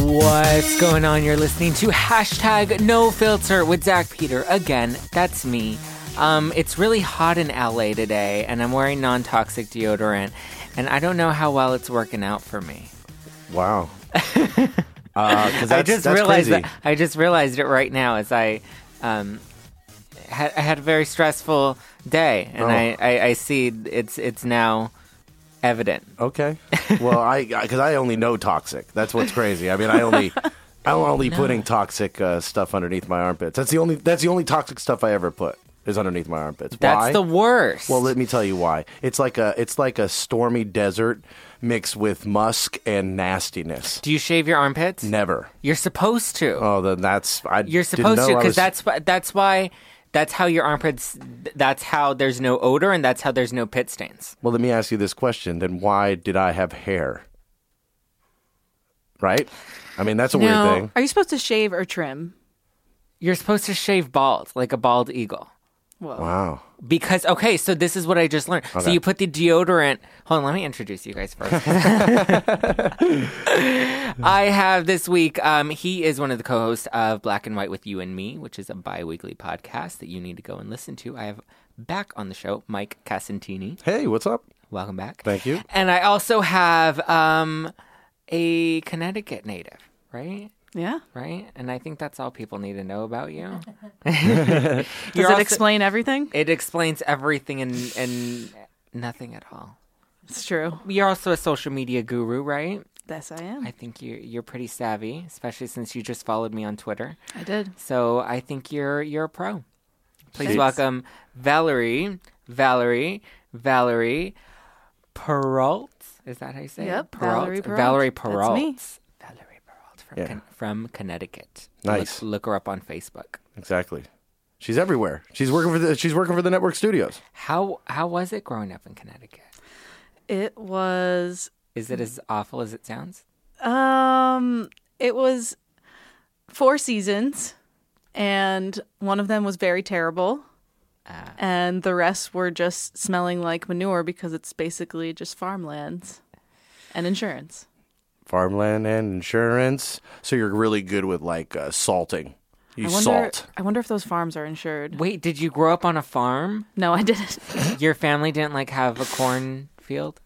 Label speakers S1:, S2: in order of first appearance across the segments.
S1: What's going on? You're listening to hashtag no filter with Zach Peter. Again, that's me. Um, it's really hot in LA today, and I'm wearing non toxic deodorant, and I don't know how well it's working out for me.
S2: Wow. Because that's,
S1: I just
S2: that's
S1: realized
S2: crazy.
S1: that, I just realized it right now as I um, had, I had a very stressful day, and
S2: Oh.
S1: I, I, I see it's it's now evident.
S2: Okay. Well, I because I only know toxic. That's what's crazy. I mean, I only I'm only putting toxic uh, stuff underneath my armpits. That's the only that's the only toxic stuff I ever put is underneath my armpits.
S1: That's
S2: Why?
S1: the worst.
S2: Well, let me tell you why. It's like a it's like a stormy desert mixed with musk and nastiness.
S1: Do you shave your armpits?
S2: Never.
S1: You're supposed to.
S2: Oh, then that's I.
S1: You're supposed to, because
S2: because
S1: that's wh- that's why that's how your armpits. That's how there's no odor, and that's how there's no pit stains.
S2: Well, let me ask you this question. Then why did I have hair? Right. I mean, that's a
S1: No.
S2: weird thing.
S3: Are you supposed to shave or trim?
S1: You're supposed to shave bald, like a bald eagle.
S3: Whoa.
S2: Wow.
S1: Because okay, so this is what I just learned. So
S2: Okay.
S1: you put the deodorant. Hold on, let me introduce you guys first. I have this week. Um, he is one of the co-hosts of Black and White with You and Me, which is a bi-weekly podcast that you need to go and listen to. I have back on the show Mike Casantini.
S2: Hey, what's up?
S1: Welcome back.
S2: Thank you.
S1: And I also have um, a Connecticut native, right?
S3: Yeah.
S1: Right? And I think that's all people need to know about you.
S3: Does
S1: You're
S3: it
S1: also-
S3: explain everything?
S1: It explains everything and, and nothing at all.
S3: It's true.
S1: You're also a social media guru, right?
S3: Yes, I am.
S1: I think you're you're pretty savvy, especially since you just followed me on Twitter.
S3: I did.
S1: So I think you're you're a pro. Please welcome Valerie, Valerie, Valerie Peralt. Is that how you say
S3: Yep,
S1: it?
S3: Valerie Peralt.
S1: Valerie
S3: That's
S1: Peralt.
S3: me.
S1: Valerie Peralt from,
S2: Yeah.
S1: Con- from Connecticut.
S2: Nice.
S1: Look, look her up on Facebook.
S2: Exactly. She's everywhere. She's working for the she's working for the network studios.
S1: How how was it growing up in Connecticut?
S3: It was
S1: Is it as awful as it sounds?
S3: um it was four seasons and one of them was very terrible.
S1: Ah.
S3: and the rest were just smelling like manure because it's basically just farmlands and insurance.
S2: Farmland and insurance. So you're really good with like uh, salting. You
S3: I wonder
S2: salt.
S3: I wonder if those farms are insured.
S1: Wait, did you grow up on a farm?
S3: No, I didn't.
S1: Your family didn't like have a cornfield?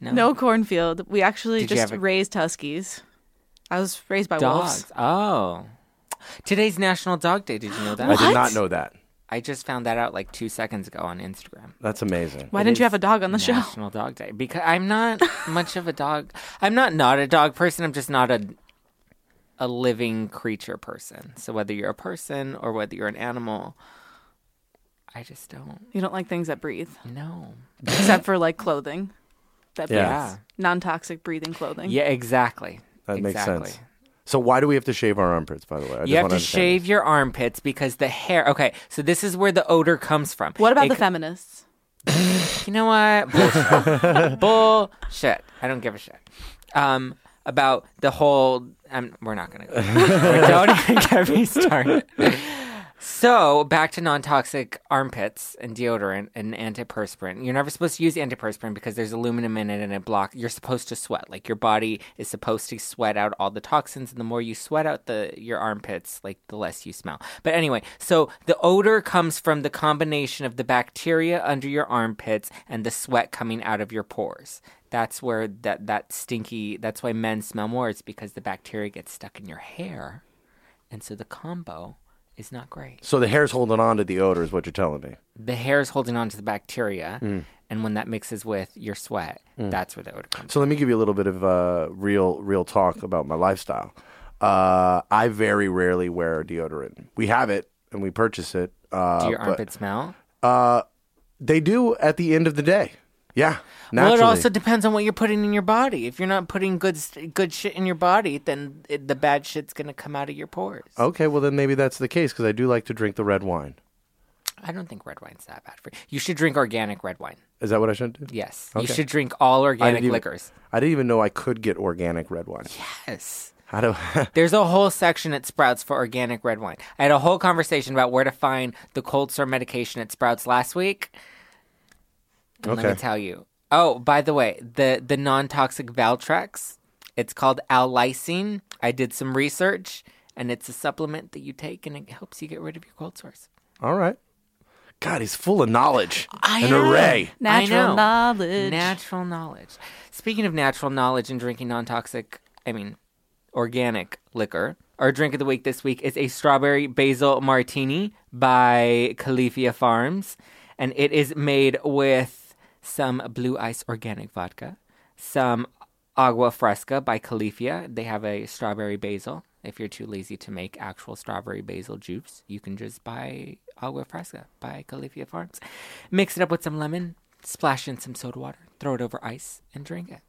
S3: no cornfield. We actually
S1: Did you
S3: just
S1: have a-
S3: raised huskies. I was raised by wolves.
S1: Dogs. Oh. Today's National Dog Day. Did you know that?
S2: I did
S3: What?
S2: not know that.
S1: I just found that out like two seconds ago on Instagram.
S2: That's amazing.
S3: Why didn't you
S1: is
S3: have a dog on the show?
S1: National Dog Day because I'm not much of a dog. I'm not not a dog person. I'm just not a a living creature person. So whether you're a person or whether you're an animal, I just don't
S3: You don't like things that breathe,
S1: know.
S3: except for like clothing that
S2: Yeah.
S3: breathes, non-toxic breathing clothing.
S1: Yeah, exactly.
S2: That makes
S1: Exactly.
S2: sense. So why do we have to shave our armpits? By the way, I
S1: You
S2: just
S1: have
S2: wanna
S1: to
S2: understand
S1: shave your armpits because the hair. Okay, so this is where the odor comes from.
S3: What about
S1: It
S3: the feminists?
S1: You know what? Bullshit. Bullshit. I don't give a shit. Um, about the whole. Um, we're not going to go. there. don't even get me started. So back to non-toxic armpits and deodorant and antiperspirant. You're never supposed to use antiperspirant because there's aluminum in it and it blocks. You're supposed to sweat. Like your body is supposed to sweat out all the toxins, and the more you sweat out the your armpits, like the less you smell. But anyway, so the odor comes from the combination of the bacteria under your armpits and the sweat coming out of your pores. That's where that that stinky. That's why men smell more. It's because the bacteria gets stuck in your hair, and so the combo. is not great
S2: that. So the hair's holding on to the odor is what you're telling me.
S1: the hair is holding on to the bacteria,
S2: Mm.
S1: and when that mixes with your sweat, that's where the odor comes.
S2: So let me give you a little bit of uh, real real talk about my lifestyle. Uh, I very rarely wear deodorant. We have it and we purchase it. Uh,
S1: Do your
S2: but-
S1: armpit smell?
S2: They do at the end of the day. Yeah, naturally.
S1: Well, it also depends on what you're putting in your body. If you're not putting good st- good shit in your body, then it, the bad shit's gonna come out of your pores.
S2: Okay, well then maybe that's the case because I do like to drink the red wine.
S1: I don't think red wine's that bad for you. You should drink organic red wine.
S2: Is that what I should do?
S1: Yes, you
S2: Okay.
S1: should drink all
S2: I
S1: organic
S2: didn't even-
S1: liquors.
S2: I didn't even know I could get organic red wine.
S1: Yes.
S2: How do
S1: There's a whole section at Sprouts for organic red wine. I had a whole conversation about where to find the cold sore medication at Sprouts last week. And Let me
S2: Okay.
S1: tell you. Oh, by the way, the the non toxic Valtrex It's called L-lysine. I did some research, and it's a supplement that you take, and it helps you get rid of your cold sores.
S2: All right. God, he's full of knowledge.
S1: I
S2: An
S1: am.
S2: array.
S1: I
S3: Natural
S1: know.
S3: knowledge.
S1: Natural knowledge. Speaking of natural knowledge and drinking non toxic, I mean, organic liquor, our drink of the week this week is a strawberry basil martini by Califia Farms. And it is made with some blue ice organic vodka, some agua fresca by Califia. They have a strawberry basil. If you're too lazy to make actual strawberry basil juice, you can just buy agua fresca by Califia Farms. Mix it up with some lemon, splash in some soda water, throw it over ice, and drink it.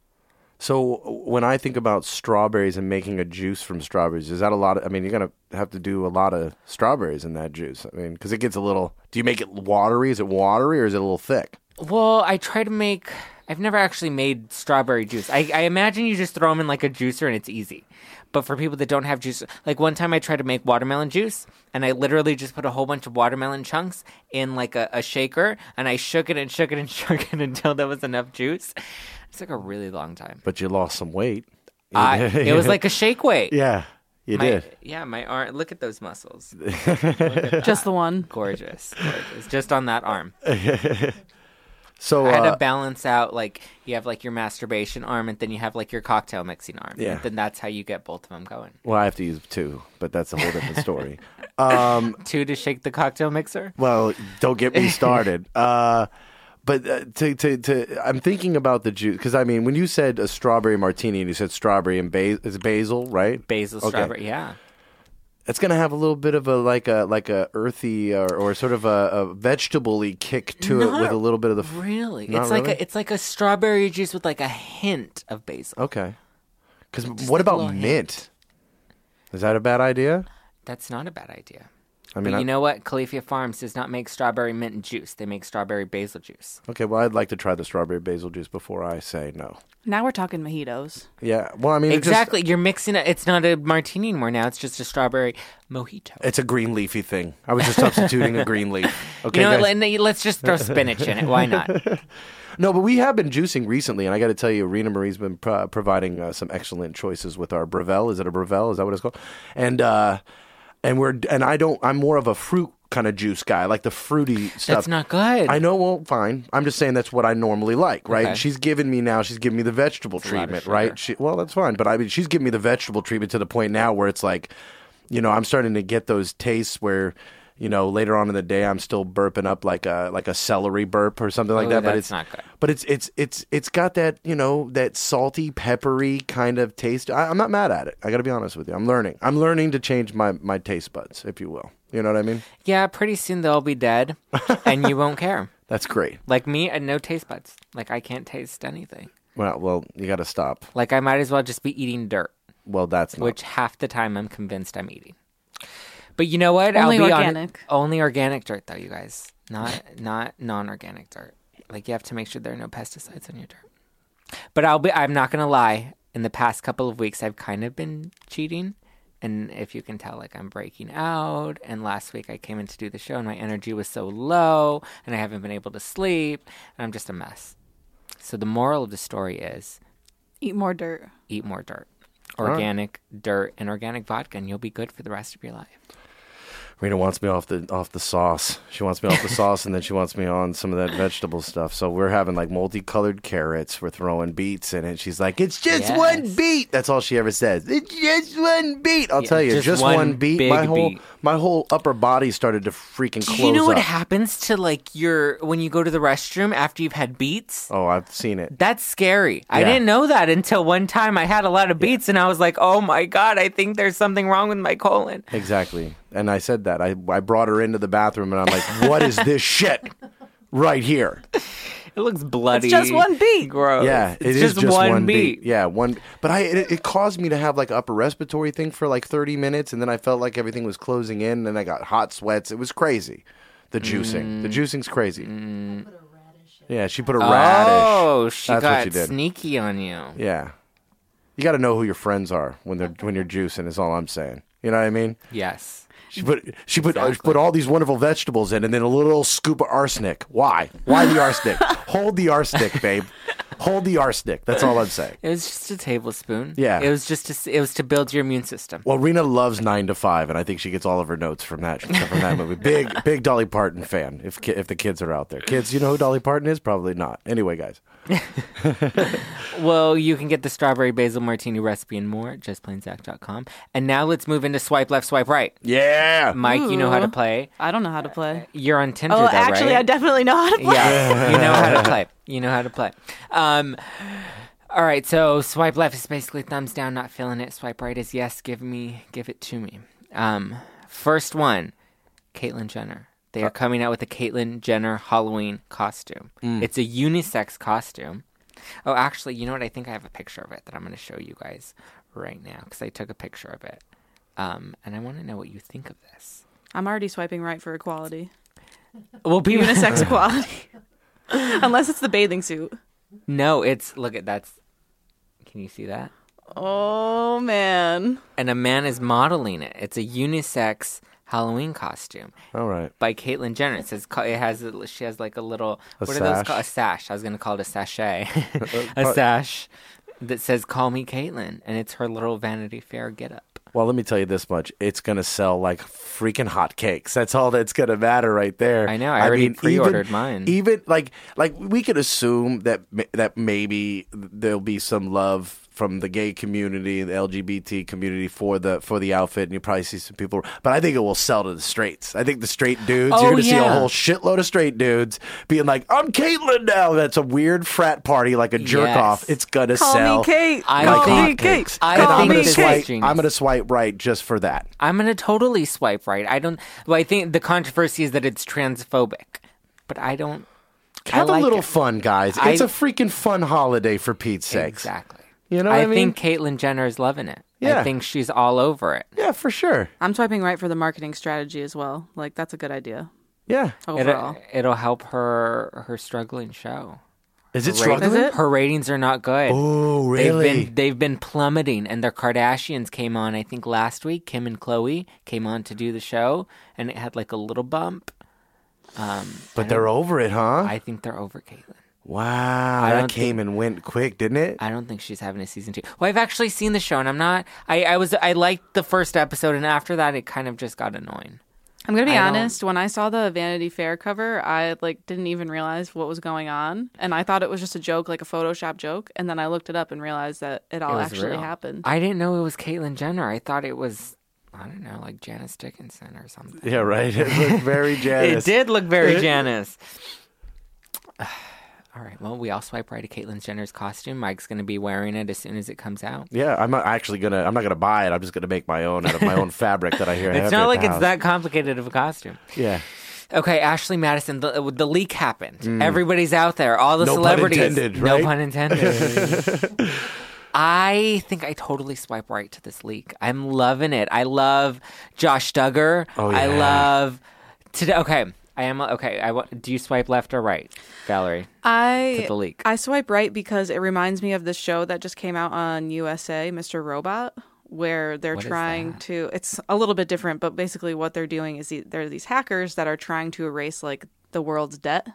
S2: So when I think about strawberries and making a juice from strawberries, is that a lot? Of, I mean, you're gonna have to do a lot of strawberries in that juice. I mean, because it gets a little. Do you make it watery? Is it watery or is it a little thick?
S1: Well, I try to make. I've never actually made strawberry juice. I, I imagine you just throw them in like a juicer and it's easy. But for people that don't have juice, like one time I tried to make watermelon juice and I literally just put a whole bunch of watermelon chunks in like a, a shaker and I shook it and shook it and shook it until there was enough juice. It took a really long time.
S2: But you lost some weight.
S1: I, it was like a shake weight.
S2: yeah, you
S1: my,
S2: did.
S1: yeah, my arm. Look at those muscles.
S3: Just the one.
S1: Gorgeous. gorgeous. Just on that arm.
S2: So
S1: I had
S2: uh,
S1: to balance out like you have like your masturbation arm and then you have like your cocktail mixing arm.
S2: Yeah.
S1: Then that's how you get both of them going.
S2: well, I have to use two, but that's a whole different story.
S1: Two to shake the cocktail mixer.
S2: Well, don't get me started. Uh, but uh, to, to, to, I'm thinking about the juice because I mean, when you said a strawberry martini and you said strawberry and basil, it's basil, right?
S1: Basil strawberry. Yeah.
S2: It's gonna have a little bit of a like a like a earthy or, or sort of a, a vegetable-y kick to it with
S1: Not
S2: a little bit of the. F-
S1: Really?
S2: Not
S1: it's like
S2: really?
S1: a it's like a strawberry juice with like a hint of basil.
S2: okay. Because what
S1: like a
S2: about
S1: little
S2: mint? Is that a bad idea?
S1: That's not a bad idea.
S2: I mean,
S1: but
S2: I-
S1: you know what? Califia Farms does not make strawberry mint juice. They make strawberry basil juice.
S2: okay. Well, I'd like to try the strawberry basil juice before I say no.
S3: Now we're talking mojitos.
S2: Yeah. Well, I mean, it just-
S1: Exactly. You're mixing it. It's not a martini anymore now. It's just a strawberry mojito.
S2: it's a green leafy thing. I was just substituting a green leaf. Okay.
S1: you know,
S2: guys?
S1: let- let's just throw spinach in it. Why not?
S2: No, but we have been juicing recently, and I got to tell you, Rena Marie's been pro- providing uh, some excellent choices with our Brevel. Is it a Brevel? Is that what it's called? And uh, and we're and I don't. I'm more of a fruit kind of juice guy, I like the fruity stuff.
S1: That's not good.
S2: I know. Well, fine. I'm just saying that's what I normally like, right?
S1: Okay.
S2: She's giving me now. She's giving me the vegetable
S1: a lot of
S2: treatment,
S1: sugar.
S2: right? She, well, that's fine. But I mean, she's giving me the vegetable treatment to the point now where it's like, you know, I'm starting to get those tastes where. You know, later on in the day, I'm still burping up like a like a celery burp or something like
S1: Oh,
S2: that. but
S1: that's
S2: it's
S1: not good.
S2: But it's it's it's it's got that you know that salty, peppery kind of taste. I, I'm not mad at it. I got to be honest with you. I'm learning. I'm learning to change my my taste buds, if you will. You know what I mean?
S1: Yeah, pretty soon they'll be dead and you won't care.
S2: That's great.
S1: Like me and no taste buds. Like I can't taste anything.
S2: Well, well, you got to stop.
S1: Like I might as well just be eating dirt,
S2: Well, that's not
S1: which half the time I'm convinced I'm eating. But you know what?
S3: Only
S1: I'll be
S3: organic.
S1: On, only organic dirt though, you guys. Not not non-organic dirt. Like you have to make sure there are no pesticides on your dirt. But I'll be I'm not going to lie, in the past couple of weeks I've kind of been cheating. And if you can tell, like I'm breaking out. And last week I came in to do the show and my energy was so low and I haven't been able to sleep and I'm just a mess. So the moral of the story is
S3: Eat more dirt.
S1: eat more dirt. Organic dirt and organic vodka, and you'll be good for the rest of your life.
S2: Rena wants me off the off the sauce. She wants me off the sauce, and then she wants me on some of that vegetable stuff. So we're having like multicolored carrots. We're throwing beets in it. She's like, "It's just
S1: Yes.
S2: one beet." That's all she ever says. It's just one beet. I'll
S1: Yeah,
S2: tell you,
S1: just
S2: just,
S1: one
S2: one, beet.
S1: big
S2: My whole
S1: beet.
S2: my whole upper body started to freaking close
S1: Do you know what
S2: up.
S1: happens to like your when you go to the restroom after you've had beets?
S2: oh, I've seen it.
S1: That's scary. I
S2: Yeah.
S1: didn't know that until one time I had a lot of beets, and I was like, "Oh my god, I think there's something wrong with my colon."
S2: Exactly. And I said that. I I brought her into the bathroom, and I'm like, "What is this shit right here?"
S1: It looks bloody.
S3: just one beet.
S1: Gross.
S2: Yeah,
S1: it's just, one, beet.
S2: Yeah, one. But I it, it caused me to have like upper respiratory thing for like 30 minutes, and then I felt like everything was closing in, and I got hot sweats. It was crazy. The juicing,
S1: Mm.
S2: the juicing's crazy. Yeah, she put a radish.
S1: Oh, she
S2: That's what
S1: got
S2: she did.
S1: sneaky on you.
S2: Yeah, you got to know who your friends are when they're when you're juicing. Is all I'm saying. You know what I mean?
S1: Yes.
S2: She put she put uh, she
S1: Exactly.
S2: put all these wonderful vegetables in, and then a little scoop of arsenic. Why? Why the arsenic? Hold the arsenic, babe. Hold the arsenic. That's all I'm saying.
S1: It was just a tablespoon.
S2: Yeah.
S1: It was just to, s- it was to build your immune system.
S2: Well, Rena loves Nine to Five, and I think she gets all of her notes from that from that movie. Big, big Dolly Parton fan. If ki- if the kids are out there, kids, you know who Dolly Parton is? Probably not. Anyway, guys,
S1: Well, you can get the strawberry basil martini recipe and more at justplainzach.com. And now let's move into swipe left, swipe right.
S2: yeah,
S1: Mike, you know how to
S3: Ooh.
S1: play.
S3: I don't know how to play.
S1: You're on Tinder,
S3: Oh,
S1: though,
S3: actually,
S1: right?
S3: I definitely know how to play.
S1: Yeah, you know how to play. You know how to play. Um, all right, so swipe left is basically thumbs down, not feeling it. Swipe right is yes, give me, give it to me. Um, first one, Caitlyn Jenner. They are coming out with a Caitlyn Jenner Halloween costume. It's a unisex costume. Oh, actually, you know what? I think I have a picture of it that I'm going to show you guys right now because I took a picture of it. Um, and I want to know what you think of this.
S3: I'm already swiping right for equality.
S1: Well, people,
S3: Unisex equality. Unless it's the bathing suit.
S1: no, it's look at that's. Can you see that?
S3: Oh man.
S1: and a man is modeling it. It's a unisex Halloween costume
S2: All right.
S1: by Caitlyn Jenner. It says co- it has a, she has like a little
S2: A
S1: what are
S2: sash. Uh,
S1: those called? A sash. I was gonna call it a sachet, a sash that says "Call me Caitlyn," and it's her little Vanity Fair getup.
S2: Well, let me tell you this much: it's gonna sell like freaking hotcakes. That's all that's gonna matter right there.
S1: I know, I already pre-ordered mine.
S2: Even like like we could assume that ma- that maybe there'll be some love from the gay community, the LGBT community for the for the outfit, and you probably see some people. But I think it will sell to the straights. I think the straight dudes,
S1: Oh,
S2: you're gonna see a
S1: yeah.
S2: whole shitload of straight dudes being like, "I'm Caitlyn now." That's a weird frat party, like a jerk
S1: Yes.
S2: off. It's gonna
S3: Call
S2: sell.
S3: me Kate.
S1: I
S3: Call
S1: think-
S3: me Kate.
S1: I
S3: Call
S2: I'm
S1: think
S3: me
S2: gonna
S1: this
S3: Kate.
S1: is
S2: swipe.
S1: genius.
S2: I'm gonna swipe right just for that.
S1: I'm gonna totally swipe right. I don't. Well, I think the controversy is that it's transphobic, but I don't. I
S2: Have
S1: like
S2: a little
S1: it.
S2: fun, guys.
S1: I-
S2: it's a freaking fun holiday for Pete's sake.
S1: Exactly.
S2: You know what
S1: I,
S2: I mean?
S1: think Caitlyn Jenner is loving it. I
S2: Yeah.
S1: think she's all over it.
S2: Yeah, for sure.
S3: I'm swiping right for the marketing strategy as well. Like that's a good idea
S2: Yeah.
S3: overall.
S1: It'll, it'll help her her struggling show.
S2: Is it
S1: Rate-
S2: struggling?
S3: Is it?
S1: Her ratings are not good.
S2: Oh,
S1: They've
S2: really?
S1: been they've been plummeting, and the Kardashians came on. I think last week, Kim and Chloe came on to do the show, and it had like a little bump.
S2: but they're over it, huh?
S1: I think they're over Caitlyn.
S2: wow.
S1: don't
S2: That came and went quick, didn't it?
S1: I don't think she's having a season two. Well, I've actually seen the show, and I'm not. I, I was I liked the first episode, and after that, it kind of just got annoying.
S3: I'm gonna be
S1: I don't-
S3: honest. When I saw the Vanity Fair cover, I like didn't even realize what was going on, and I thought it was just a joke, like a Photoshop joke. And then I looked it up and realized that it all
S1: It was
S3: actually
S1: real.
S3: happened.
S1: I didn't know it was Caitlyn Jenner. I thought it was I don't know, like Janice Dickinson or something.
S2: yeah, right. It looked very
S1: It
S2: Janice.
S1: did look very Janice. All right. Well, we all swipe right to Caitlyn Jenner's costume. Mike's going to be wearing it as soon as it comes out.
S2: Yeah, I'm not actually gonna. I'm not gonna buy it. I'm just gonna make my own out of my own fabric that I hear. I have
S1: It's
S2: at
S1: not
S2: the
S1: like it's
S2: house.
S1: that complicated of a costume.
S2: Yeah.
S1: Okay, Ashley Madison. The, the leak happened. Everybody's out there. All the
S2: Mm. No pun
S1: celebrities.
S2: intended,
S1: No
S2: right?
S1: pun intended. I think I totally swipe right to this leak. I'm loving it. I love Josh Duggar.
S2: Oh,
S1: I
S2: yeah.
S1: love today. Okay, I am okay. I wa- do you swipe left or right, Valerie?
S3: I
S1: to the leak.
S3: I swipe right because it reminds me of this show that just came out on USA, Mr. Robot, where they're
S1: What is
S3: trying
S1: that?
S3: to. It's a little bit different, but basically what they're doing is the, there are these hackers that are trying to erase like the world's debt.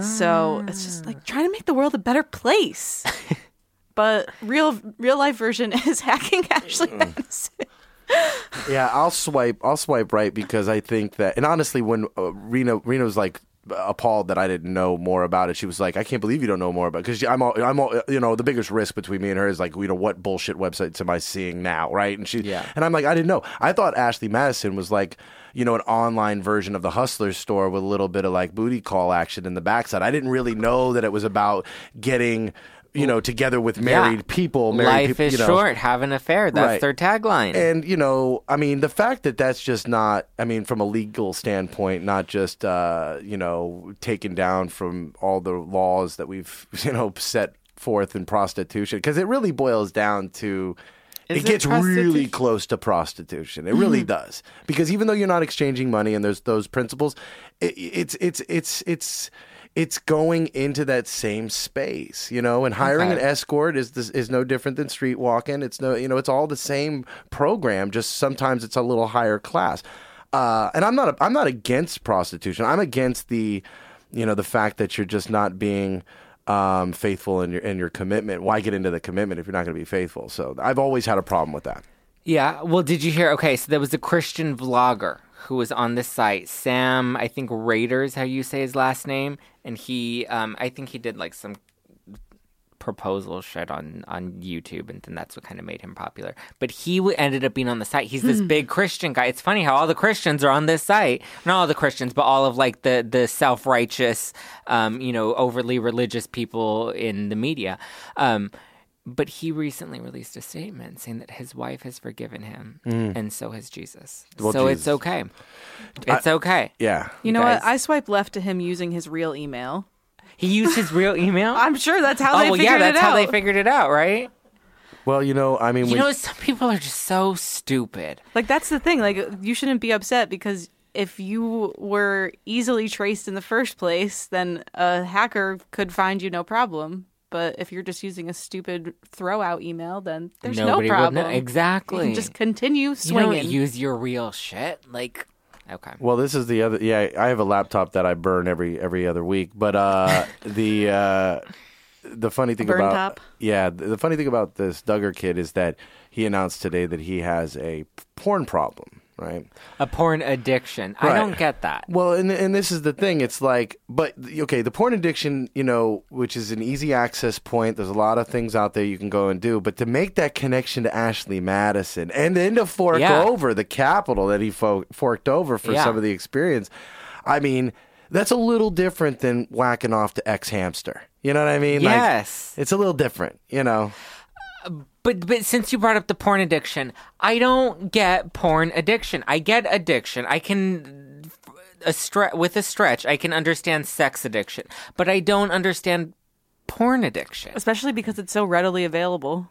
S3: So it's just like trying to make the world a better place. but real real life version is hacking Ashley Madison.
S2: Yeah, I'll swipe. I'll swipe right because I think that. And honestly, when uh, Rena Rena's like appalled that I didn't know more about it, she was like, "I can't believe you don't know more about." Because I'm all, I'm all, you know, the biggest risk between me and her is like, you know, what bullshit websites am I seeing now, right? And she,
S1: Yeah.
S2: and I'm like, I didn't know. I thought Ashley Madison was like. You know, an online version of the Hustler store with a little bit of like booty call action in the backside. I didn't really know that it was about getting, you know, together with married people. Married
S1: Life
S2: peop-
S1: is
S2: you know.
S1: short. Have an affair. That's
S2: Right.
S1: their tagline.
S2: And you know, I mean, the fact that that's just not, I mean, from a legal standpoint, not just uh, you know taken down from all the laws that we've you know set forth in prostitution, because it really boils down to.
S1: Is
S2: it
S1: it
S2: gets really
S1: prostitution?
S2: close to prostitution. It really does, because even though you're not exchanging money and there's those principles, it, it's it's it's it's it's going into that same space, you know. And hiring
S1: Okay.
S2: an escort is this, is no different than street walking. It's no, you know, it's all the same program. Just sometimes it's a little higher class. Uh, and I'm not a, I'm not against prostitution. I'm against the, you know, the fact that you're just not being um, faithful in your in your commitment. Why get into the commitment if you're not going to be faithful? So I've always had a problem with that.
S1: Yeah. Well, did you hear? Okay, so there was a Christian vlogger who was on this site, Sam. I think Raiders, how you say his last name, and he, um, I think he did like some proposal shit on on YouTube, and then that's what kind of made him popular. But he w- ended up being on the site. He's
S3: Hmm.
S1: this big Christian guy. It's funny how all the Christians are on this site, not all the Christians, but all of like the the self righteous, um, you know, overly religious people in the media. Um, but he recently released a statement saying that his wife has forgiven him, and so has Jesus.
S2: Hmm. Well,
S1: so
S2: Jesus.
S1: it's okay. It's okay.
S2: Yeah.
S3: You know
S1: guys-
S3: what? I swipe left to him using his real email.
S1: He used his real email.
S3: I'm sure that's how
S1: oh
S3: they
S1: well,
S3: figured
S1: yeah, that's
S3: it
S1: how
S3: out.
S1: they figured it out, right?
S2: Well, you know, I mean,
S1: You
S2: we,
S1: know, some people are just so stupid.
S3: like that's the thing. Like you shouldn't be upset because if you were easily traced in the first place, then a hacker could find you no problem. But if you're just using a stupid throwout email, then there's
S1: Nobody
S3: no
S1: would know-
S3: problem.
S1: Exactly.
S3: You can just continue
S1: You don't
S3: swinging.
S1: use your real shit. Like, okay.
S2: Well, this is the other. Yeah, I have a laptop that I burn every every other week. But uh, the uh, the funny thing
S3: burn
S2: about
S3: top?
S2: yeah, the, the funny thing about this Duggar kid is that he announced today that he has a porn problem, right?
S1: A porn addiction.
S2: Right.
S1: I don't get that.
S2: Well, and and this is the thing. It's like, but okay, the porn addiction, you know, which is an easy access point. There's a lot of things out there you can go and do, but to make that connection to Ashley Madison and then to fork
S1: Yeah.
S2: over the capital that he fo- forked over for
S1: Yeah.
S2: some of the experience, I mean, that's a little different than whacking off to ex hamster. You know what I mean?
S1: Yes.
S2: Like, it's a little different. You know.
S1: But but since you brought up the porn addiction, I don't get porn addiction. I get addiction. I can a stre- with a stretch, I can understand sex addiction, but I don't understand porn addiction.
S3: Especially because it's so readily available.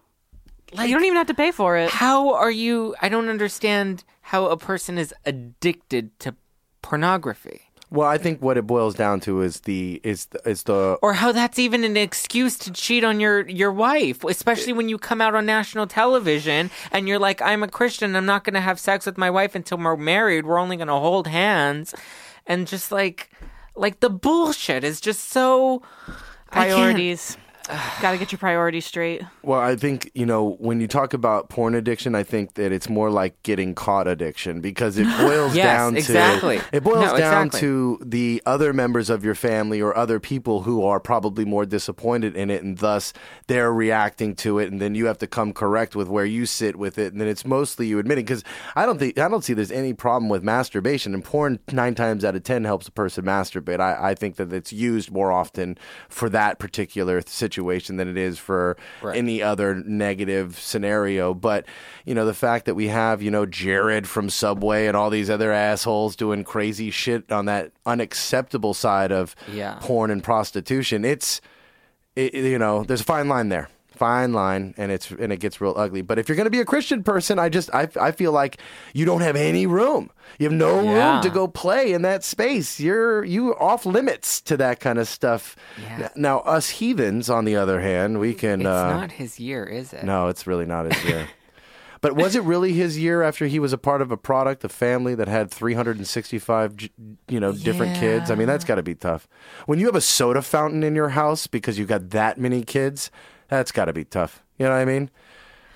S3: Like, you don't even have to pay for it.
S1: How are you I don't understand how a person is addicted to pornography.
S2: Well, I think what it boils down to is the is the, is the
S1: or how that's even an excuse to cheat on your your wife, especially when you come out on national television and you're like, "I'm a Christian. I'm not going to have sex with my wife until we're married. We're only going to hold hands," and just like, like the bullshit is just so I can't-
S3: Priorities. Got to get your priorities straight.
S2: Well, I think, you know, when you talk about porn addiction, I think that it's more like getting caught addiction because it boils
S1: Yes,
S2: down
S1: exactly.
S2: to it boils
S1: No,
S2: down
S1: exactly.
S2: to the other members of your family or other people who are probably more disappointed in it and thus they're reacting to it and then you have to come correct with where you sit with it and then it's mostly you admitting cuz I don't think I don't see there's any problem with masturbation and porn 9 times out of 10 helps a person masturbate. I, I think that it's used more often for that particular situation than it is for any other negative scenario. But you know, the fact that we have you know Jared from Subway and all these other assholes doing crazy shit on that unacceptable side of
S1: Yeah.
S2: porn and prostitution, it's it, it- you know, there's a fine line there. Fine line, and it's and it gets real ugly. But if you're going to be a Christian person, I just I, I feel like you don't have any room. You have no
S1: Yeah.
S2: room to go play in that space. You're you are off limits to that kind of stuff.
S1: Yeah.
S2: N- Now, us heathens, on the other hand, we can.
S1: it's
S2: uh,
S1: not his year, is it?
S2: No, it's really not his year. but was it really his year after he was a part of a product, a family that had 365, j- you know, different kids? I mean, that's got to be tough. When you have a soda fountain in your house because you got that many kids, that's got to be tough. You know what I mean?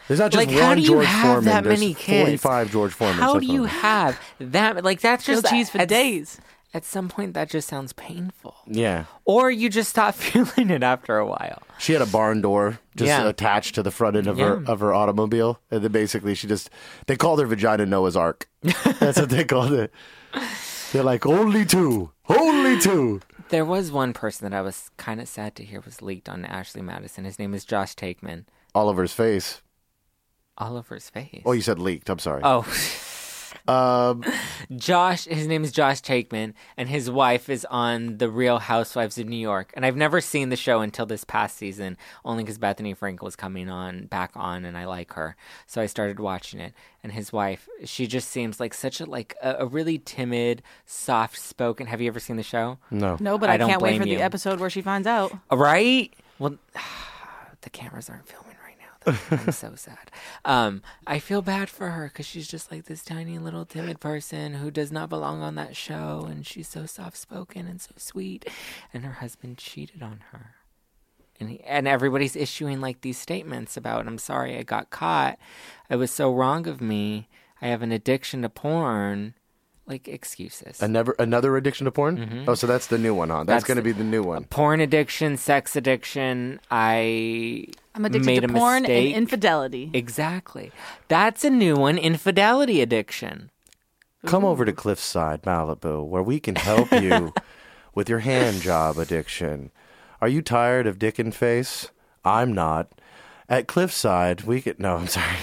S2: There's not just
S1: Like,
S2: one
S1: how do you
S2: George
S1: have
S2: Foreman.
S1: that
S2: There's
S1: many kids?
S2: 45 George Foreman.
S1: How do you have that? Like that's
S3: Grilled
S1: just
S3: cheese for
S1: at-
S3: days.
S1: At some point, that just sounds painful,
S2: Yeah.
S1: or you just stop feeling it after a while.
S2: She had a barn door just
S1: Yeah.
S2: attached to the front end of her
S1: Yeah.
S2: of her automobile, and then basically she just they called her vagina Noah's Ark. That's what they called it. They're like only two, only two.
S1: There was one person that I was kind of sad to hear was leaked on Ashley Madison. His name is Josh Takeman.
S2: Oliver's face.
S1: Oliver's face.
S2: Oh, you said leaked. I'm sorry.
S1: Oh,
S2: Um,
S1: Josh. His name is Josh Takeman, and his wife is on The Real Housewives of New York. And I've never seen the show until this past season, only because Bethany Frankel was coming on back on, and I like her, so I started watching it. And his wife, she just seems like such a like a, a really timid, soft-spoken. Have you ever seen the show?
S2: no.
S3: No, but
S1: I
S3: I,
S1: don't
S3: can't wait
S1: blame
S3: for
S1: you.
S3: the episode where she finds out.
S1: Right? Well, the cameras aren't filming right now. Though. I'm so sad. Um, I feel bad for her because she's just like this tiny little timid person who does not belong on that show, and she's so soft spoken and so sweet, and her husband cheated on her. and he, and everybody's issuing like these statements about I'm sorry I got caught. It was so wrong of me. I have an addiction to porn. Like excuses.
S2: Another another addiction to porn. Oh, so that's the new one, huh? That's,
S1: That's-
S2: going to be the new one.
S1: porn addiction, sex addiction. I
S3: I'm addicted
S1: made
S3: to
S1: a
S3: porn
S1: mistake.
S3: and infidelity.
S1: exactly. That's a new one. Infidelity addiction.
S2: Um, Come over to Cliffside, Malibu, where we can help you with your hand job addiction. Are you tired of dick and face? I'm not. At Cliffside, we can. No, I'm sorry.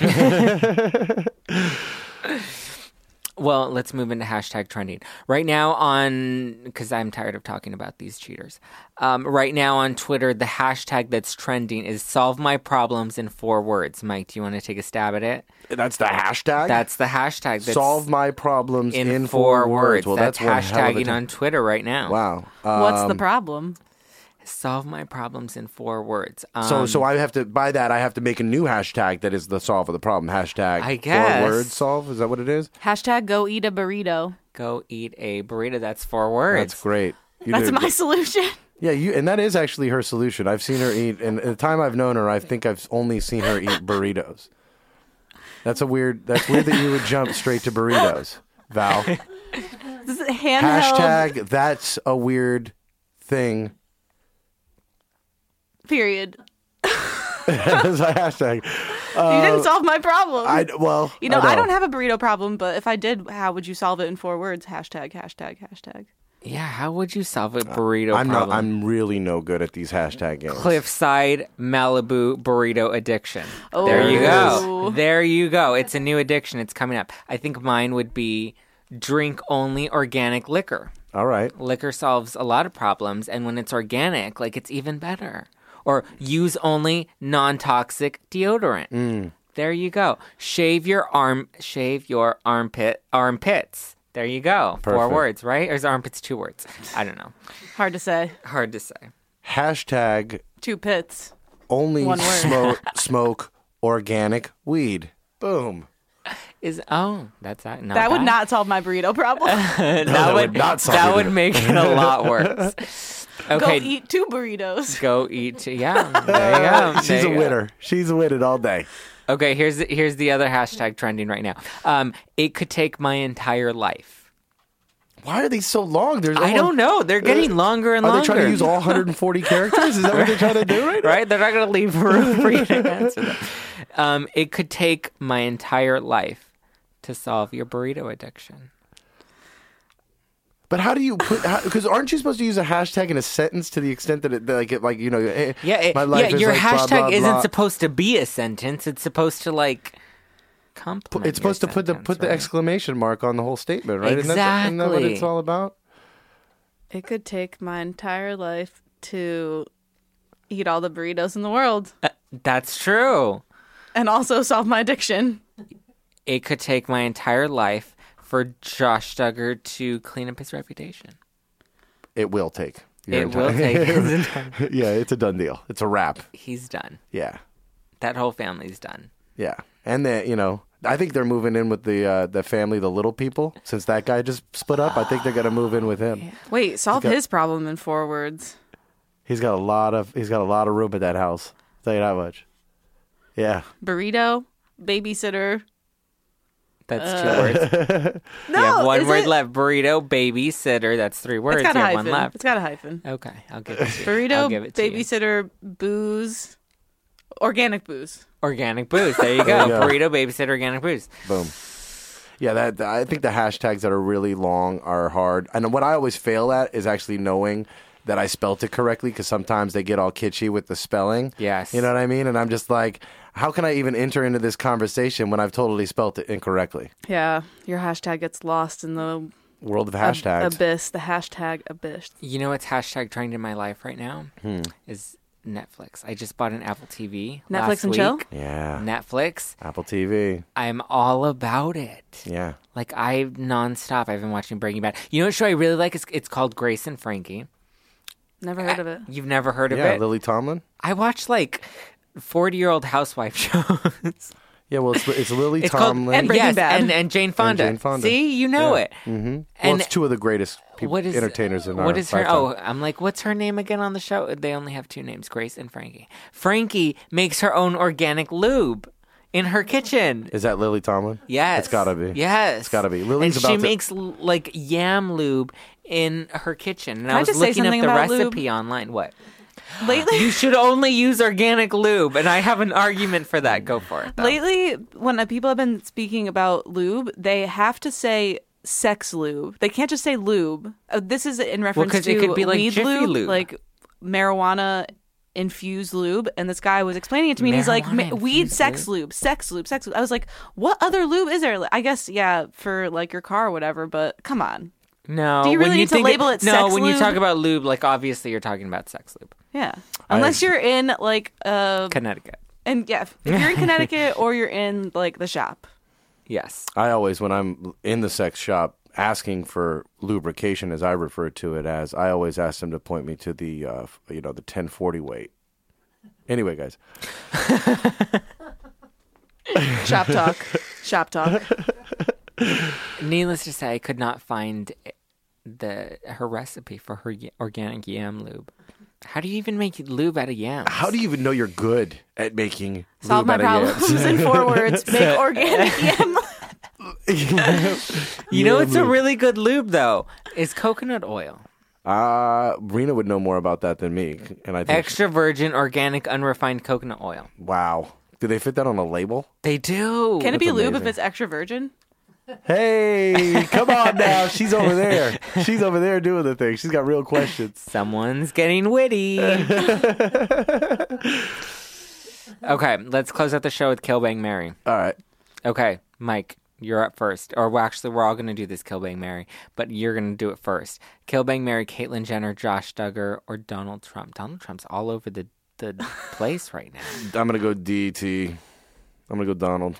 S1: Well, let's move into hashtag trending. Right now on, because I'm tired of talking about these cheaters. Um, right now on Twitter, the hashtag that's trending is solve my problems in four words. Mike, do you want to take a stab at it?
S2: That's the hashtag.
S1: That's the hashtag that's
S2: solve my problems
S1: in,
S2: in,
S1: four, words.
S2: Well,
S1: that's,
S2: that's, one hell of a
S1: hashtagging
S2: ta-
S1: on Twitter right now.
S2: Wow. Uh,
S3: What's
S1: Um,
S3: the problem?
S1: Solve my problems in four words. Um,
S2: so, so I have to by that I have to make a new hashtag that is the solve of the problem hashtag.
S1: I guess.
S2: four word solve is that what it is?
S3: Hashtag go eat a burrito.
S1: go eat a burrito. That's four words.
S2: That's great. You
S3: That's
S2: did-
S3: my solution.
S2: Yeah, you and that is actually her solution. I've seen her eat, and the time I've known her, I think I've only seen her eat burritos. That's a weird. That's weird that you would jump straight to burritos, Val.
S3: This is handheld.
S2: Hashtag. That's a weird thing.
S3: Period.
S2: That's a hashtag.
S3: you didn't solve my problem.
S2: I well,
S3: you know, I,
S2: I,
S3: don't have a burrito problem, but if I did, how would you solve it in four words? Hashtag, hashtag, hashtag.
S1: Yeah, how would you solve a burrito
S2: Uh, I'm
S1: problem?
S2: not. I'm really no good at these hashtag games.
S1: Cliffside Malibu burrito addiction. there
S3: Oh.
S1: you
S3: There
S1: go.
S3: it is.
S1: There you go. It's a new addiction. It's coming up. I think mine would be drink only organic liquor.
S2: All right.
S1: Liquor solves a lot of problems, and when it's organic, like it's even better. Or use only non-toxic deodorant.
S2: Mm.
S1: There you go. Shave your arm. Shave your armpit. Armpits. There you go. Four
S2: Perfect.
S1: words, right? Or is armpits two words? I don't know.
S3: Hard to say.
S1: Hard to say.
S2: Hashtag
S3: Two pits.
S2: only
S3: One word.
S2: smoke smoke organic weed. Boom.
S1: Is oh, that's not not
S3: That would
S1: bad.
S3: not solve my burrito problem.
S1: that,
S2: that
S1: would,
S2: would not solve
S1: that
S2: it
S1: would
S2: either.
S1: make it a lot worse.
S3: Go
S1: Okay,
S3: eat two burritos.
S1: go eat. t- Yeah, there you go.
S2: She's
S1: there
S2: a
S1: you go.
S2: winner. She's a winner all day.
S1: Okay, here's the, here's the other hashtag trending right now. Um, it could take my entire life.
S2: Why are they so long? There's
S1: I don't know. They're getting longer and
S2: Are
S1: longer.
S2: they trying to use all 140 characters? Is that what they're trying to do right now?
S1: right? They're not going to leave room for you to answer them. Um, it could take my entire life to solve your burrito addiction.
S2: But how do you put? Because aren't you supposed to use a hashtag in a sentence to the extent that it like it like you know? eh,
S1: Yeah, it,
S2: my life
S1: yeah.
S2: is
S1: your
S2: like blah,
S1: hashtag
S2: blah,
S1: isn't
S2: blah.
S1: supposed to be a sentence. It's supposed to like compliment.
S2: It's supposed to
S1: your
S2: put the
S1: sentence,
S2: put the
S1: right?
S2: exclamation mark on the whole statement, right? Isn't that- isn't that what
S1: Exactly.
S2: it's all about?
S3: It could take my entire life to eat all the burritos in the world
S1: Uh, That's true.
S3: and also solve my addiction.
S1: It could take my entire life for Josh Duggar to clean up his reputation.
S2: It will take. your
S1: it will
S2: entire-
S1: take his entire.
S2: yeah, it's a done deal. It's a wrap.
S1: He's done.
S2: Yeah,
S1: That whole family's done.
S2: yeah. And that you know, I think they're moving in with the uh, the family, the little people. Since that guy just split up, I think they're gonna move in with him.
S3: Wait, solve
S2: got-
S3: his problem in four words.
S2: He's got a lot of he's got a lot of room at that house. tell you that much. Yeah.
S3: Burrito, babysitter.
S1: That's two words. No, you have one
S3: Uh, is
S1: word
S3: it-
S1: left. Burrito, babysitter. That's three words.
S3: It's got
S1: you
S3: a
S1: have
S3: hyphen.
S1: one left.
S3: It's got a hyphen.
S1: Okay, I'll give it to you. I'll
S3: Burrito,
S1: give it to you.
S3: babysitter, booze, organic booze.
S1: Organic booze. There you go.
S2: you go.
S1: Burrito, babysitter, organic booze.
S2: Boom. Yeah, that I think the hashtags that are really long are hard. And what I always fail at is actually knowing that I spelt it correctly because sometimes they get all kitschy with the spelling.
S1: Yes.
S2: You know what I mean? And I'm just like, how can I even enter into this conversation when I've totally spelt it incorrectly?
S3: Yeah, your hashtag gets lost in the
S2: World of
S3: ab-
S2: hashtags.
S3: abyss. The hashtag abyss.
S1: You know what's hashtag trending in my life right now
S2: Hmm.
S1: is Netflix. I just bought an Apple TV.
S3: Netflix
S1: last
S3: and chill?
S1: week.
S2: yeah.
S1: Netflix.
S2: Apple TV.
S1: I'm all about it.
S2: Yeah.
S1: Like I nonstop. I've been watching Breaking Bad. You know what show I really like? It's, it's called Grace and Frankie.
S3: Never heard of it.
S1: You've never heard of
S2: Yeah,
S1: it?
S2: Lily Tomlin.
S1: I watch like forty-year-old housewife shows.
S2: Yeah, well, it's, it's Lily
S1: It's called
S2: Tomlin.
S3: Breaking
S1: yes,
S3: Bad.
S1: and, and Jane Fonda.
S2: Jane Fonda.
S1: See, you know
S2: Yeah.
S1: it. Mm-hmm.
S2: well,
S1: And
S2: it's two of the greatest people,
S1: What is
S2: entertainers in our
S1: What is her?
S2: lifetime.
S1: Oh, I'm like, what's her name again on the show? They only have two names, Grace and Frankie. Frankie makes her own organic lube in her kitchen.
S2: Is that Lily Tomlin?
S1: Yes,
S2: It's gotta be.
S1: Yes,
S2: It's gotta be. Lily's
S1: and
S2: about
S1: she
S2: to-
S1: makes l- like yam lube in her kitchen. And I
S3: I
S1: was
S3: just say
S1: looking up
S3: something
S1: the
S3: about lube?
S1: recipe online. What?
S3: Lately,
S1: You should only use organic lube, and I have an argument for that. Go for it. though.
S3: Lately, when uh, people have been speaking about lube, they have to say sex lube. They can't just say lube. Uh, this is in reference
S1: 'cause
S3: to
S1: it could be like
S3: weed
S1: Jiffy
S3: lube,
S1: Lube.
S3: like marijuana infused lube. And this guy was explaining it to me, and he's like,
S1: Marijuana
S3: "Ma- "Weed,
S1: infused
S3: sex lube, sex lube, sex lube." I was like, "What other lube is there?" Like, I guess yeah, for like your car or whatever. But come on,
S1: No.
S3: Do you
S1: when
S3: really need to
S1: think
S3: label it
S1: No,
S3: sex
S1: when you
S3: lube?
S1: talk about lube, like obviously you're talking about sex lube.
S3: yeah, unless you're in like uh,
S1: Connecticut.
S3: and yeah, if if you're in Connecticut or you're in like the shop.
S1: Yes.
S2: I always, when I'm in the sex shop asking for lubrication, as I refer to it as, I always ask them to point me to the, uh, f- you know, the 1040 weight. Anyway, guys,
S3: Shop talk. Shop talk.
S1: Needless to say, I could not find the her recipe for her y- organic yam lube. How do you even make lube out of yams?
S2: how do you even know you're good at making
S3: Solve
S2: lube
S3: my
S2: out of yams?
S3: problems in four words. Make organic yam.
S1: you know it's a really good lube though? Is coconut oil.
S2: Uh, Rena would know more about that than me, and I think,
S1: Extra virgin organic unrefined coconut oil.
S2: wow, do they fit that on a label?
S1: They do.
S3: Can it be lube if
S2: amazing.
S3: it's extra virgin?
S2: Hey, come on now, she's over there. She's over there doing the thing. She's got real questions.
S1: Someone's getting witty. okay, let's close out the show with Kill Bang Mary.
S2: All right.
S1: Okay, Mike, you're up first. Or well, actually, we're all going to do this Kill Bang Mary, but you're going to do it first. Kill Bang Mary, Caitlyn Jenner, Josh Duggar, or Donald Trump. Donald Trump's all over the, the place right now.
S2: I'm gonna go DT. I'm gonna go Donald.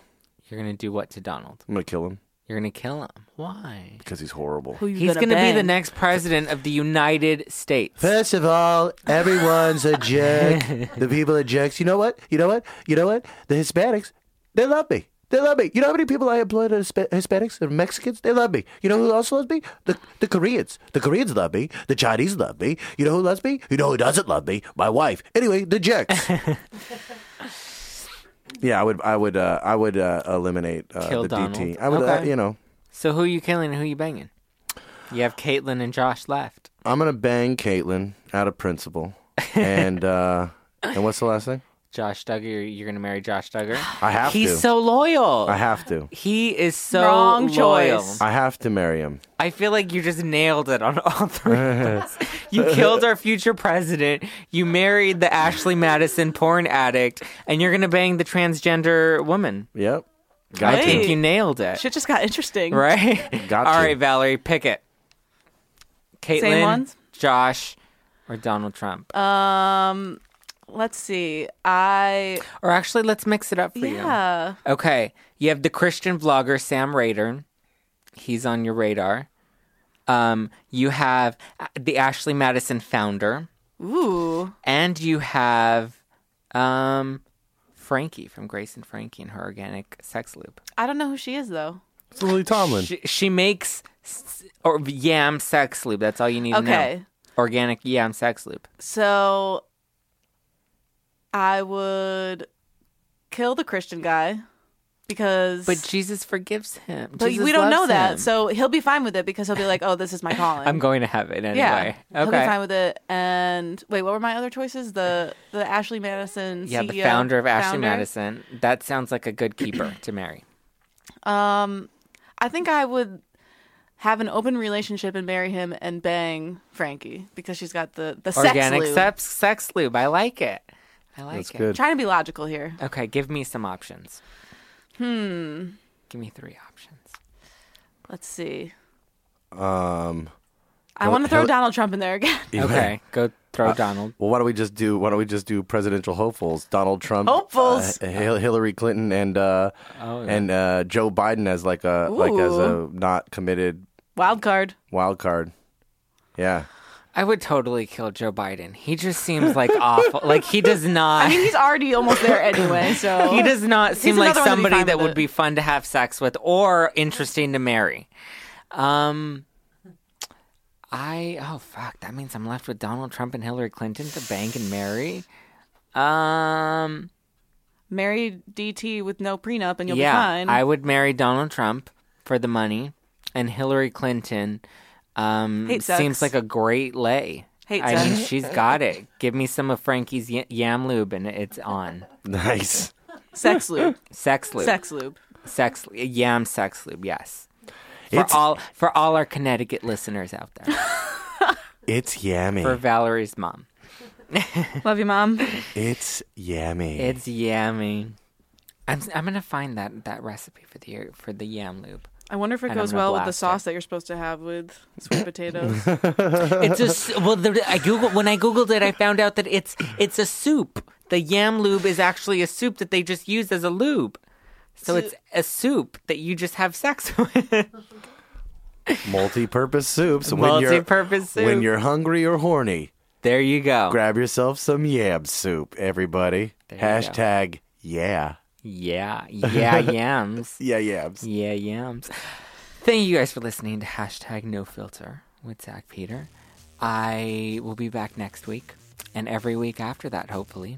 S1: You're going to do what to Donald?
S2: I'm gonna kill him
S1: You're going to kill him. Why?
S2: because he's horrible.
S1: He's going to be the next president of the United States.
S2: First of all, everyone's a jerk. the people are jerks. You know what? You know what? You know what? The Hispanics, they love me. They love me. You know how many people I employed as Hispa- Hispanics and Mexicans? They love me. You know who else loves me? The, the Koreans. The Koreans love me. The Chinese love me. You know who loves me? You know who doesn't love me? My wife. Anyway, the jerks. yeah, I would, I would, uh, I would uh, eliminate uh,
S1: Kill
S2: the
S1: Donald.
S2: DT. I would, uh,
S1: Okay.
S2: you know,
S1: So who you killing and who you banging? You have Caitlyn and Josh left.
S2: I'm gonna bang Caitlyn out of principle, and uh, and what's the last thing?
S1: Josh Duggar, you're gonna marry Josh Duggar.
S2: I have
S1: He's
S2: to.
S1: so loyal.
S2: I have to.
S1: he is so
S3: Wrong
S1: loyal.
S3: choice.
S2: I have to marry him.
S1: I feel like you just nailed it on all three of those. You killed our future president. You married the Ashley Madison porn addict, and you're gonna bang the transgender woman.
S2: Yep.
S1: I
S2: Got
S3: Hey.
S1: think
S2: to.
S1: you nailed it.
S3: Shit just got interesting.
S1: Right?
S2: Got
S1: all
S2: to.
S1: right, Valerie, pick it. Caitlyn,
S3: ones?
S1: Josh, or Donald Trump.
S3: Um, let's see. I
S1: or actually, let's mix it up for you.
S3: Oh, yeah.
S1: Okay. You have the Christian vlogger Sam Raider. He's on your radar. Um, you have uh, the Ashley Madison founder,
S3: Ooh,
S1: and you have um, Frankie from Grace and Frankie and her organic sex loop.
S3: I don't know who she is though.
S2: It's Lily Tomlin.
S1: She, she makes s- or yam sex loop. That's all you need to know.
S3: Okay.
S1: Organic yam sex loop.
S3: So I would kill the Christian guy because
S1: But Jesus forgives him.
S3: but
S1: Jesus
S3: we don't know
S1: loves
S3: that.
S1: him.
S3: So he'll be fine with it because he'll be like, "Oh, this is my calling."
S1: I'm going to heaven anyway.
S3: yeah,
S1: Okay.
S3: he'll be fine with it. And wait, what were my other choices? The the Ashley Madison,
S1: Yeah, the
S3: CEO,
S1: founder of Ashley
S3: E founder.
S1: Madison. That sounds like a good keeper to marry.
S3: Um, I think I would have an open relationship and marry him and bang Frankie because she's got the the
S1: Organic
S3: sex lube.
S1: sex, sex lube. I like it. I like
S2: That's
S1: it.
S2: good.
S3: Trying to be logical here.
S1: Okay, give me some options. Hmm. Give me three options.
S3: Let's see.
S2: Um.
S3: I want to throw
S2: Hil-
S3: Donald Trump in there again.
S1: Okay, go
S2: Uh,
S1: throw Donald.
S2: Well, why don't we just do? Why don't we just do presidential hopefuls? Donald Trump,
S3: Hopefuls.
S2: uh, Hil- Hillary Clinton, and uh,
S1: Oh, yeah.
S2: and uh, Joe Biden as like a like as a
S3: Ooh.
S2: not committed
S3: Wild card.
S2: wild card. Yeah.
S1: I would totally kill Joe Biden. He just seems like awful. Like he does not.
S3: I mean, he's already almost there anyway, so
S1: he does not seem like
S3: another one to be
S1: somebody
S3: fine
S1: that
S3: with
S1: would
S3: it.
S1: be fun to have sex with or interesting to marry. Um, I oh fuck, that means I'm left with Donald Trump and Hillary Clinton to bank and marry. Um
S3: Marry DT with no prenup and you'll
S1: yeah,
S3: be fine.
S1: I would marry Donald Trump for the money and Hillary Clinton um
S3: Hate sucks.
S1: seems like a great lay.
S3: Hate
S1: I mean,
S3: sucks.
S1: she's got it. Give me some of Frankie's y- yam lube and it's on.
S2: Nice.
S3: Sex lube.
S1: Sex lube.
S3: Sex lube.
S1: Sex yam sex lube. Yes. For
S2: It's-
S1: all for all our Connecticut listeners out there.
S2: It's yummy.
S1: For Valerie's mom.
S3: Love you, Mom.
S2: It's yummy.
S1: It's yummy. I'm I'm gonna find that that recipe for the for the yam lube.
S3: I wonder if it
S1: And I'm
S3: goes
S1: gonna
S3: well with the
S1: blast it.
S3: sauce that you're supposed to have with sweet potatoes.
S1: It's a s- well. The, I googled when I googled it. I found out that it's it's a soup. The yam lube is actually a soup that they just use as a lube. So it's a soup that you just have sex with.
S2: multi-purpose soups.
S1: Multi-purpose
S2: when you're, When
S1: soup.
S2: you're hungry or horny,
S1: There you go.
S2: grab yourself some yam soup, everybody.
S1: There you go.
S2: Hashtag yeah.
S1: yeah, yeah, yams.
S2: Yeah, yams.
S1: Yeah, yams. Thank you guys for listening to hashtag no filter with Zach Peter. I will be back next week and every week after that, hopefully.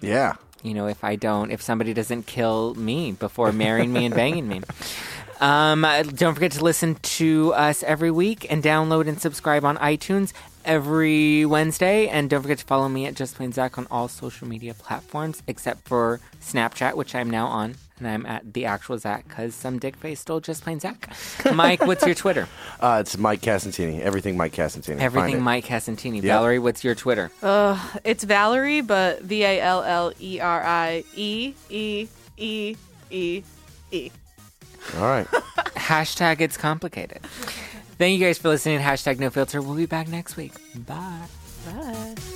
S2: Yeah.
S1: You know, if I don't, if somebody doesn't kill me before marrying me and banging me. Um, uh, don't forget to listen to us every week and download and subscribe on iTunes every Wednesday. And don't forget to follow me at Just Plain Zach on all social media platforms except for Snapchat, which I'm now on. And I'm at the actual Zach because some dick face stole Just Plain Zach. Mike, what's your Twitter?
S2: Uh, it's Mike Casantini. Everything Mike Casantini.
S1: Everything
S2: Mike.
S1: Mike Casantini. Valerie, what's your Twitter?
S3: It's Valerie, but V A L L E R I E E E E E.
S2: All right.
S1: Hashtag it's complicated. Thank you guys for listening. Hashtag no filter. We'll be back next week. Bye.
S3: Bye.